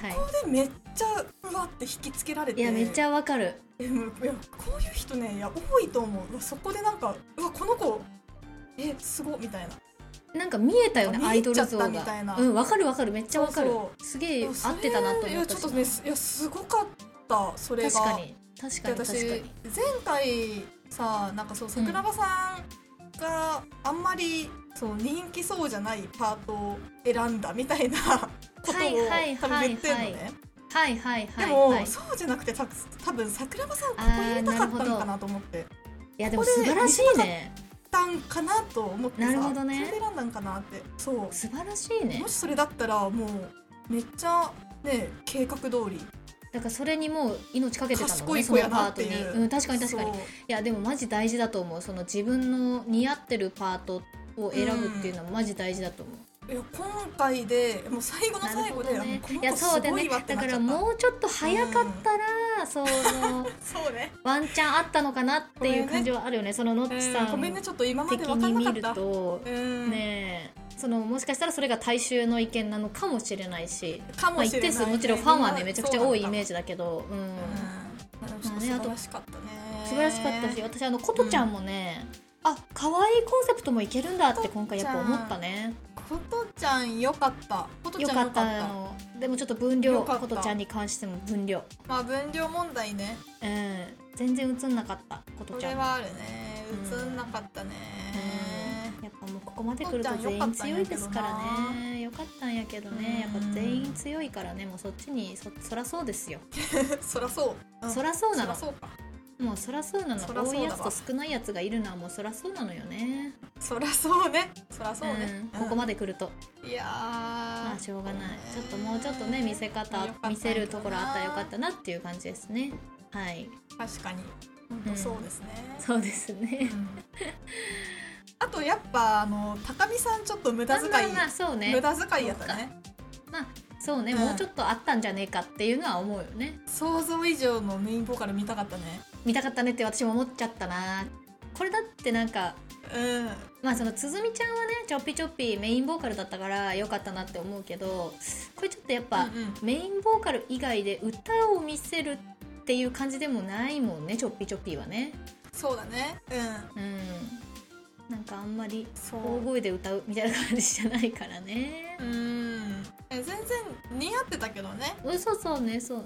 Speaker 2: でめっちゃうわって引きつけられて
Speaker 1: いやめっちゃわかる
Speaker 2: えもういやこういう人ねいや多いと思ううわそこでなんかうわこの子えすごっみたいな
Speaker 1: なんか見えたよね
Speaker 2: 見
Speaker 1: ア
Speaker 2: 入
Speaker 1: イ
Speaker 2: っ
Speaker 1: ド
Speaker 2: ちゃ
Speaker 1: ル
Speaker 2: っ
Speaker 1: 像
Speaker 2: た
Speaker 1: が
Speaker 2: みたいな
Speaker 1: うんわかるわかるめっちゃわかる
Speaker 2: そう
Speaker 1: すげえ合
Speaker 2: それ
Speaker 1: ってたなと思
Speaker 2: い
Speaker 1: っ
Speaker 2: や
Speaker 1: た
Speaker 2: ちょっ
Speaker 1: し
Speaker 2: とねすいやすごかったそれが
Speaker 1: 確かに確か
Speaker 2: で
Speaker 1: に確
Speaker 2: 私
Speaker 1: かに
Speaker 2: 前回さなんかそう
Speaker 1: うん
Speaker 2: 桜庭さんがあんまり、そう人気そうじゃないパートを選んだみたいなことを
Speaker 1: はいはい
Speaker 2: 多分言ってんの
Speaker 1: はい
Speaker 2: ね
Speaker 1: はいはいは
Speaker 2: で
Speaker 1: い
Speaker 2: も、
Speaker 1: はい
Speaker 2: そうじゃなくてた多分桜庭さんここ入れたかったのかなと思って
Speaker 1: いやでも
Speaker 2: ここ
Speaker 1: 素
Speaker 2: で
Speaker 1: 晴らしいね
Speaker 2: たんかなと思ってさ
Speaker 1: なるほどね
Speaker 2: それで選んだんかなってそうも
Speaker 1: 素晴らしいね
Speaker 2: しそれだったらもうめっちゃね計画通り
Speaker 1: だからそれにもう命かけてたの
Speaker 2: 賢
Speaker 1: ね
Speaker 2: い
Speaker 1: そ
Speaker 2: 子
Speaker 1: の
Speaker 2: や
Speaker 1: パ
Speaker 2: な
Speaker 1: ー
Speaker 2: っ
Speaker 1: ト
Speaker 2: て
Speaker 1: に
Speaker 2: いう
Speaker 1: うん確かに確かに
Speaker 2: そ
Speaker 1: い
Speaker 2: う
Speaker 1: やでもマジ大事だと思うその自分の似合ってるパートを選ぶっていうのはマジ大事だと思う、
Speaker 2: いや今回でもう最後の
Speaker 1: な
Speaker 2: 最
Speaker 1: るほ
Speaker 2: 後
Speaker 1: ど
Speaker 2: で、
Speaker 1: ね
Speaker 2: もうこ
Speaker 1: いや
Speaker 2: の子
Speaker 1: そう
Speaker 2: す
Speaker 1: で
Speaker 2: ご
Speaker 1: ね
Speaker 2: いわって
Speaker 1: だ
Speaker 2: な
Speaker 1: か
Speaker 2: っちゃ
Speaker 1: ら
Speaker 2: った
Speaker 1: もうちょっと早かったら、その
Speaker 2: そうね
Speaker 1: ワンチャンあったのかなっていう感じはあるよねそのノッチさ
Speaker 2: うんごめんね
Speaker 1: ん
Speaker 2: ちょっと今ま
Speaker 1: 的
Speaker 2: で分か
Speaker 1: に
Speaker 2: ん
Speaker 1: 見
Speaker 2: な
Speaker 1: る
Speaker 2: かった
Speaker 1: と、
Speaker 2: うん
Speaker 1: ねえそのもしかしたらそれが大衆の意見なのかもしれないしまあ、
Speaker 2: かも
Speaker 1: 一
Speaker 2: しれない、
Speaker 1: 定数もちろんファンはねめちゃくちゃ多いイメー
Speaker 2: ジ
Speaker 1: ジだけど、うん
Speaker 2: うんまあでもちょっと素晴らしかったね
Speaker 1: 素晴らしかったし私あの琴ちゃんもね、あ可愛いコンセプトもいけるんだって今回やっぱ思ったね
Speaker 2: ことちゃんよかったことち
Speaker 1: よ
Speaker 2: ゃん
Speaker 1: か
Speaker 2: よか
Speaker 1: っ
Speaker 2: った
Speaker 1: たあのでもちょっと分量
Speaker 2: よかった
Speaker 1: 琴ちゃんに関しても分量
Speaker 2: まあ分量問題ね
Speaker 1: うん全然映んなかった琴
Speaker 2: こ
Speaker 1: ち
Speaker 2: れ
Speaker 1: ゃんは
Speaker 2: はあるね映んなかったね、
Speaker 1: うんやっぱもうここまで来ると
Speaker 2: 琴ちゃん
Speaker 1: 全
Speaker 2: よか
Speaker 1: 員
Speaker 2: ったん
Speaker 1: 強
Speaker 2: やけど
Speaker 1: で
Speaker 2: ない
Speaker 1: すからねよかったんやけどねやっぱ全員強いからねもうそっちにそそらそうですよ
Speaker 2: そらそう、
Speaker 1: そ
Speaker 2: ら
Speaker 1: らそうなの
Speaker 2: そらそうか
Speaker 1: もうそらそうなの
Speaker 2: そらそうだわ
Speaker 1: 多いやつと少ないやつがいるのはもうそらそうなのよね
Speaker 2: そらそうねそらそうね、
Speaker 1: うんここまで来ると
Speaker 2: でいやー
Speaker 1: まあしょうがないちょっともうちょっとね見せ方
Speaker 2: よかったんやけどな
Speaker 1: 見せるところあったらよかったなっていう感じですねはい
Speaker 2: 確かに本当そうですね、
Speaker 1: そうですね
Speaker 2: うんあとやっぱあの高見さんちょっと無駄遣い、
Speaker 1: まあまあまあそうね
Speaker 2: 無駄遣いやったね
Speaker 1: まあそうね、
Speaker 2: うん
Speaker 1: もうちょっとあったんじゃねえかっていうのは思うよね
Speaker 2: 想像以上のメインボーカル見たかったね
Speaker 1: 見たかったねって私も思っちゃったなこれだってなんか
Speaker 2: うん
Speaker 1: まあそのつづみちゃんはねちょっぴちょっぴメインボーカルだったから良かったなって思うけどこれちょっとやっぱ、
Speaker 2: うんうん
Speaker 1: メインボーカル以外で歌を見せるっていう感じでもないもんねちょっぴちょっぴはね
Speaker 2: そうだねうん
Speaker 1: うんなんかあんまり
Speaker 2: そ
Speaker 1: 大
Speaker 2: う
Speaker 1: 声で歌うみたいな感じじゃないからね
Speaker 2: うんえ全然似合ってたけどね
Speaker 1: うんそうそうねそうね、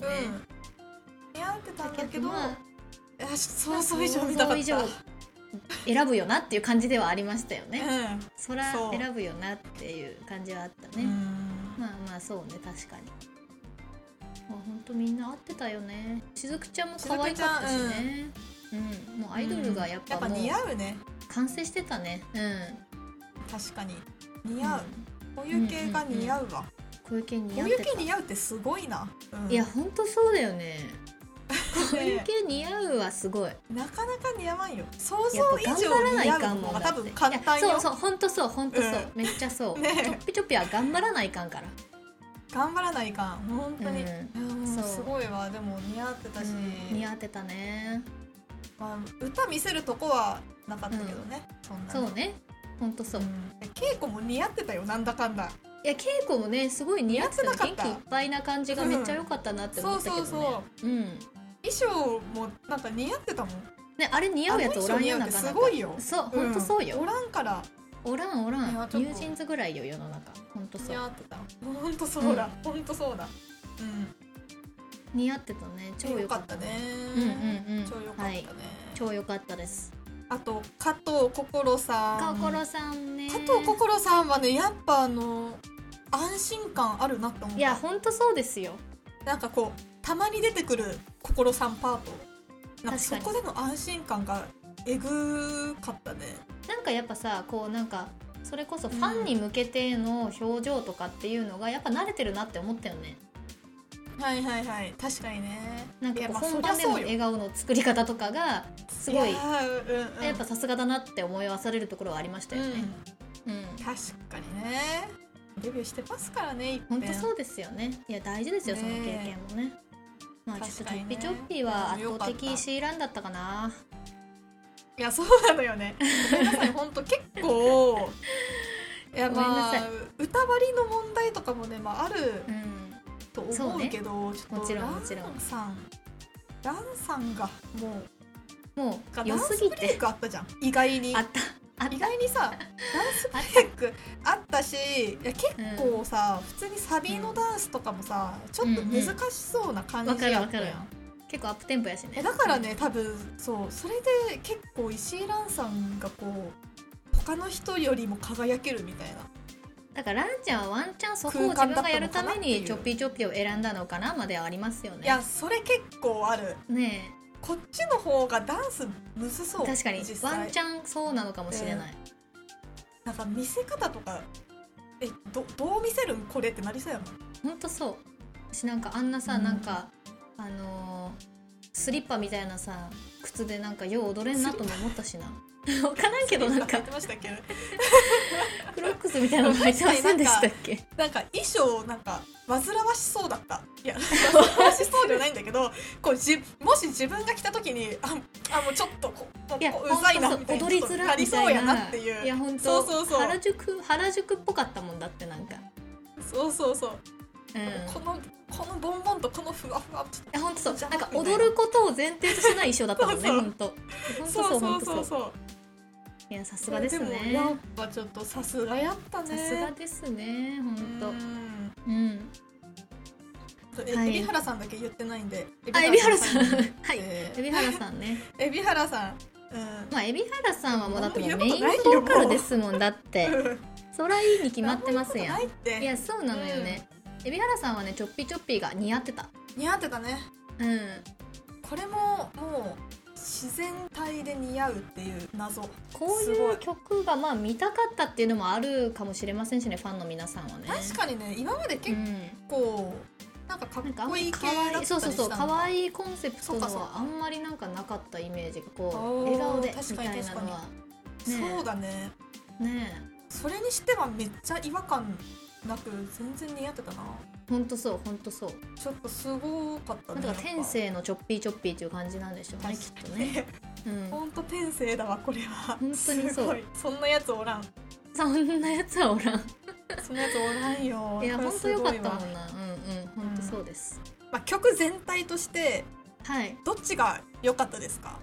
Speaker 2: うん似合ってたんだけど、
Speaker 1: まあ
Speaker 2: いや想像以上見たかった
Speaker 1: 想像以上選ぶよなっていう感じではありましたよね
Speaker 2: うん
Speaker 1: そら
Speaker 2: そう
Speaker 1: 選ぶよなっていう感じはあった
Speaker 2: う
Speaker 1: ね、
Speaker 2: ん
Speaker 1: まあまあそうね確かにまあほんとみんな合ってたよねしずくちゃんも可愛かったしねうん、もうアイドルがやっぱ
Speaker 2: やっぱ
Speaker 1: もう
Speaker 2: 似合うね
Speaker 1: 完成してたねう
Speaker 2: 確かに
Speaker 1: ん
Speaker 2: 似合う、
Speaker 1: ん
Speaker 2: こういう系が似合うわ、
Speaker 1: 小池似
Speaker 2: こ
Speaker 1: 合っ
Speaker 2: う
Speaker 1: て
Speaker 2: い
Speaker 1: た
Speaker 2: う系似合うってすごいな、うん
Speaker 1: いやほんとそうだよね小
Speaker 2: ね
Speaker 1: 池似合うはすごい
Speaker 2: なかなか似合わんよ想
Speaker 1: やっ
Speaker 2: 像以
Speaker 1: ぱ頑張ら
Speaker 2: 上
Speaker 1: な
Speaker 2: 似
Speaker 1: い
Speaker 2: 合
Speaker 1: か
Speaker 2: うんの
Speaker 1: もん
Speaker 2: が
Speaker 1: だ
Speaker 2: 多
Speaker 1: っ
Speaker 2: 分
Speaker 1: て
Speaker 2: 簡単
Speaker 1: いや
Speaker 2: よ
Speaker 1: そうそうほんとそうほんとそう、めっちゃそう、
Speaker 2: ねえ
Speaker 1: ちょっぴちょっぴは頑張らないかんから
Speaker 2: 頑張らないかん本当に、
Speaker 1: うん
Speaker 2: いやもう
Speaker 1: そう
Speaker 2: すごいわでも似合ってたし、
Speaker 1: 似合ってたね
Speaker 2: まあ、歌見せるとこはなかったけどね、そんな
Speaker 1: そうねほんとそう、
Speaker 2: う
Speaker 1: い
Speaker 2: ん稽古も似合ってたよなんだかんだ
Speaker 1: や稽古もねすごい似合ってたよ
Speaker 2: 似合って
Speaker 1: 元
Speaker 2: なかった
Speaker 1: 気いっぱいな感じがめっちゃ良かったなって思ったけどね
Speaker 2: うんそうそう
Speaker 1: うん
Speaker 2: 衣装もなんか似合ってたもん
Speaker 1: ねあれ似合うやつおらんよなかな
Speaker 2: あの衣装似合うってす
Speaker 1: か
Speaker 2: ご
Speaker 1: そうほ
Speaker 2: いよ
Speaker 1: んとそう
Speaker 2: お
Speaker 1: よ、
Speaker 2: らんから
Speaker 1: おらんおらん
Speaker 2: いやちょっと
Speaker 1: ニュージーンズぐらいよ世の中ほんとそ
Speaker 2: 似
Speaker 1: う
Speaker 2: 合ってた本当そうだ、本当そうだうん
Speaker 1: 似合ってたね超良
Speaker 2: よ
Speaker 1: か
Speaker 2: か
Speaker 1: っ
Speaker 2: ったたね
Speaker 1: うんうんうん
Speaker 2: 超よかったね、
Speaker 1: はい超良かったです
Speaker 2: あと加藤心さん
Speaker 1: かおころさんね
Speaker 2: 加藤心さんはねやっぱあの安心感あるなって思っ
Speaker 1: いや
Speaker 2: た
Speaker 1: ほんとそうですよ
Speaker 2: なんかこうたまに出てくる心さんパートなん
Speaker 1: 確
Speaker 2: かそ
Speaker 1: かに
Speaker 2: こでの安心感がえぐかったね
Speaker 1: なんかやっぱさこうなんかそれこそファンに向けての表情とかっていうのがやっぱ慣れてるなって思ったよね。
Speaker 2: はいはいはい確かにね
Speaker 1: なんか
Speaker 2: いや
Speaker 1: こ
Speaker 2: ま
Speaker 1: う
Speaker 2: あ
Speaker 1: 本番での
Speaker 2: そりゃそう
Speaker 1: 笑顔の作り方とかがすごい
Speaker 2: いやーうんうん
Speaker 1: やっぱさすがだなって思いはされるところはありました
Speaker 2: う
Speaker 1: よ
Speaker 2: ん
Speaker 1: ね。うん、
Speaker 2: 確かにねデビューしてますからねいっぺん
Speaker 1: 本当そうですよね。いや大事ですよその経験もね。まあちょっと
Speaker 2: 確
Speaker 1: チ
Speaker 2: か
Speaker 1: ョ
Speaker 2: に
Speaker 1: ッピ
Speaker 2: ね
Speaker 1: チョッピは圧倒
Speaker 2: よか
Speaker 1: 的
Speaker 2: った
Speaker 1: C ランだったかな。
Speaker 2: いやそうなのよねごめんなさい本当結 構いや
Speaker 1: ごめんな
Speaker 2: ま
Speaker 1: さい
Speaker 2: あ歌張りの問題とかもね、まあ、ある
Speaker 1: うん
Speaker 2: と
Speaker 1: そ
Speaker 2: 思
Speaker 1: う
Speaker 2: う
Speaker 1: ね
Speaker 2: けどちょっと
Speaker 1: もちろん
Speaker 2: ラ
Speaker 1: もちろん
Speaker 2: ンさんランさんがも
Speaker 1: も
Speaker 2: う
Speaker 1: う
Speaker 2: ダ
Speaker 1: 良
Speaker 2: ンス
Speaker 1: すぎ
Speaker 2: ブレイ
Speaker 1: て
Speaker 2: クあったじゃん意外に
Speaker 1: あったあっ
Speaker 2: 意
Speaker 1: た
Speaker 2: 外に さダンスブレイクあったしいや結構さ、普通にサビのダンスとかもさちょっと難しそうな感じやった
Speaker 1: うんうんわかるわ
Speaker 2: や
Speaker 1: か
Speaker 2: ん
Speaker 1: る結構アップテンポやしね
Speaker 2: えだからね多分そうそれで結構石井蘭さんがこう他の人よりも輝けるみたいな
Speaker 1: だからランちゃんはワンチャンそこを自分がやるためにちょっぴちょっぴを選んだのかなまではありますよね
Speaker 2: いやそれ結構ある
Speaker 1: ね
Speaker 2: こっちの方がダンスむず
Speaker 1: え
Speaker 2: そう
Speaker 1: 確かに
Speaker 2: 実際
Speaker 1: ワンチャンそうなのかもしれない、
Speaker 2: なんか見せ方とかえどどう見せるんこれってなりそうやもん
Speaker 1: ほんとそうしなんかあんなさ、
Speaker 2: うん
Speaker 1: なんかあのースリッパみたいなさ靴でなんかよう踊れんなとも思ったしなわからんけどなん
Speaker 2: 言
Speaker 1: か
Speaker 2: ってましたっけど
Speaker 1: クロックスみたいなの履いてませんでしたっけ
Speaker 2: なんか衣装なんか煩わしそうだった いや煩わしそうじゃないんだけどこうじもし自分が来た時にああもうちょっとこうこ
Speaker 1: いや
Speaker 2: こう
Speaker 1: ほん
Speaker 2: うざいな
Speaker 1: と
Speaker 2: みた
Speaker 1: そう
Speaker 2: いな
Speaker 1: 踊りづら
Speaker 2: ないり
Speaker 1: み
Speaker 2: そ
Speaker 1: た
Speaker 2: う
Speaker 1: い
Speaker 2: や
Speaker 1: な
Speaker 2: なっていう
Speaker 1: やほんと
Speaker 2: そうそうそう
Speaker 1: 原宿原宿っぽかったもんだってなんか
Speaker 2: そうそうそう、
Speaker 1: うん
Speaker 2: このこのボンボンとこのふわふわちょっ
Speaker 1: いやほんとそう
Speaker 2: 邪
Speaker 1: なん
Speaker 2: 魔
Speaker 1: か踊ることを前提としてない衣装だったもんね
Speaker 2: そ
Speaker 1: ほ
Speaker 2: うそう
Speaker 1: んとほん
Speaker 2: と
Speaker 1: とそうほんと
Speaker 2: そうそ
Speaker 1: そう
Speaker 2: うそう
Speaker 1: いやさすがです
Speaker 2: も
Speaker 1: ね
Speaker 2: やっぱちょっとさすがやったね
Speaker 1: さすがですねほんと
Speaker 2: うん
Speaker 1: うん
Speaker 2: え
Speaker 1: はい
Speaker 2: 海老原さんだけ言ってないんで
Speaker 1: あ海老原さん はい
Speaker 2: えー
Speaker 1: 海老原さんね
Speaker 2: 海老原さんうん
Speaker 1: まあ海老原さんはもうだってもうメ
Speaker 2: 何も
Speaker 1: イン
Speaker 2: 言うことない
Speaker 1: ボ
Speaker 2: よ
Speaker 1: ーカルですもんだってそらいいに 決まってますや
Speaker 2: なんんも言うことない
Speaker 1: い
Speaker 2: って
Speaker 1: やそうなのよね海老原さんはねちょっぴちょっぴが似合ってた
Speaker 2: 似合ってたね
Speaker 1: うん
Speaker 2: これももう自然体で似合うっていう謎
Speaker 1: こう
Speaker 2: す
Speaker 1: い
Speaker 2: ご
Speaker 1: う
Speaker 2: い
Speaker 1: 曲がまあ見たかったっていうのもあるかもしれませんしねファンの皆さんはね
Speaker 2: 確かにね今まで
Speaker 1: う
Speaker 2: 結
Speaker 1: ん
Speaker 2: 構、なんかかっ
Speaker 1: なんかあん
Speaker 2: こ
Speaker 1: ま
Speaker 2: い
Speaker 1: り
Speaker 2: い系
Speaker 1: 可
Speaker 2: だった
Speaker 1: 愛
Speaker 2: り
Speaker 1: い
Speaker 2: した
Speaker 1: そう
Speaker 2: の
Speaker 1: そうそう可愛いコンセプト
Speaker 2: そうか
Speaker 1: の
Speaker 2: そうか
Speaker 1: はあんまりなんかなかったイメージがこう
Speaker 2: おー
Speaker 1: 笑顔で
Speaker 2: 確
Speaker 1: み
Speaker 2: か
Speaker 1: た
Speaker 2: に
Speaker 1: いなのはね
Speaker 2: そうだね
Speaker 1: ね
Speaker 2: それにしてはめっちゃ違和感なく全然似合ってたな
Speaker 1: えほんとそうほんとそう
Speaker 2: ちょっとすごかった
Speaker 1: だか
Speaker 2: ね
Speaker 1: ら
Speaker 2: やっぱ
Speaker 1: 天性のちょっぴーちょっぴーっていう感じなんでしょうねきっとねうん
Speaker 2: ほんと天性だわこれは
Speaker 1: 本当にそう
Speaker 2: すごいそんなやつおらん
Speaker 1: そんなやつはおらん
Speaker 2: そんなやつおらんよ
Speaker 1: いや
Speaker 2: これ
Speaker 1: ほん
Speaker 2: す
Speaker 1: と
Speaker 2: ごい
Speaker 1: よか
Speaker 2: わ
Speaker 1: ったもんなうんうんほんとそうです
Speaker 2: まあ、曲全体として
Speaker 1: はい
Speaker 2: どっちが良かったですか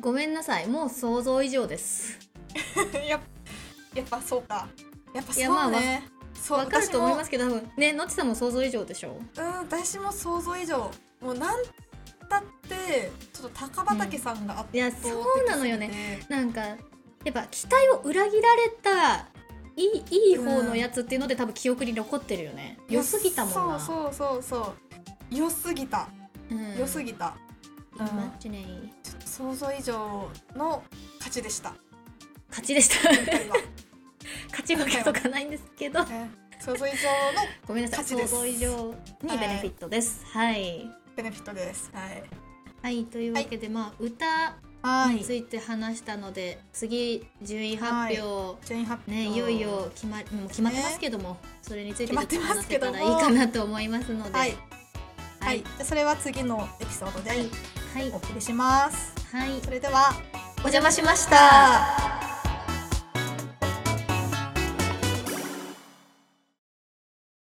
Speaker 1: ごめんなさいもう想像以上です
Speaker 2: やっやっぱそうかやっぱ
Speaker 1: い
Speaker 2: そう
Speaker 1: や
Speaker 2: ね、
Speaker 1: まあ
Speaker 2: そう
Speaker 1: わかると思いますすけど多分ねのちさんも想像以上でしょ
Speaker 2: うん私も想像以上もうなんたってちょっと高畑さんが圧
Speaker 1: いや
Speaker 2: 倒的すぎて、
Speaker 1: そうなのよなんかやっぱ期待を裏切られたいいいい方のやつっていうので、多分記憶に残ってるよね良すぎたもんなう
Speaker 2: そうそうそうそう良すぎた
Speaker 1: ん、
Speaker 2: 良す
Speaker 1: ぎ
Speaker 2: ぎた、
Speaker 1: イマジネイ
Speaker 2: ちょっと想像以上の勝ち でした
Speaker 1: 勝ちで した
Speaker 2: 今回は
Speaker 1: 勝ち負けとかないんですけど
Speaker 2: ね想像以上の
Speaker 1: ごめんなさい
Speaker 2: 勝ち
Speaker 1: 想
Speaker 2: です
Speaker 1: 像以上にベネフィットですはい
Speaker 2: ベネフィットですはい
Speaker 1: はいというわけで、まあ歌
Speaker 2: は
Speaker 1: について話したので、次順位発表、
Speaker 2: 全員発表
Speaker 1: ね、いよいよ決まもう決まってますけども、それについてちょっと
Speaker 2: 決まってま
Speaker 1: 話
Speaker 2: す
Speaker 1: せ
Speaker 2: け
Speaker 1: た
Speaker 2: ど
Speaker 1: ら
Speaker 2: も
Speaker 1: いいかなと思いますので
Speaker 2: はいは
Speaker 1: はいい、
Speaker 2: じゃあそれは次のエピソードで
Speaker 1: はい
Speaker 2: お送りします。
Speaker 1: はい
Speaker 2: それでは
Speaker 1: お邪魔しまし。
Speaker 2: したた。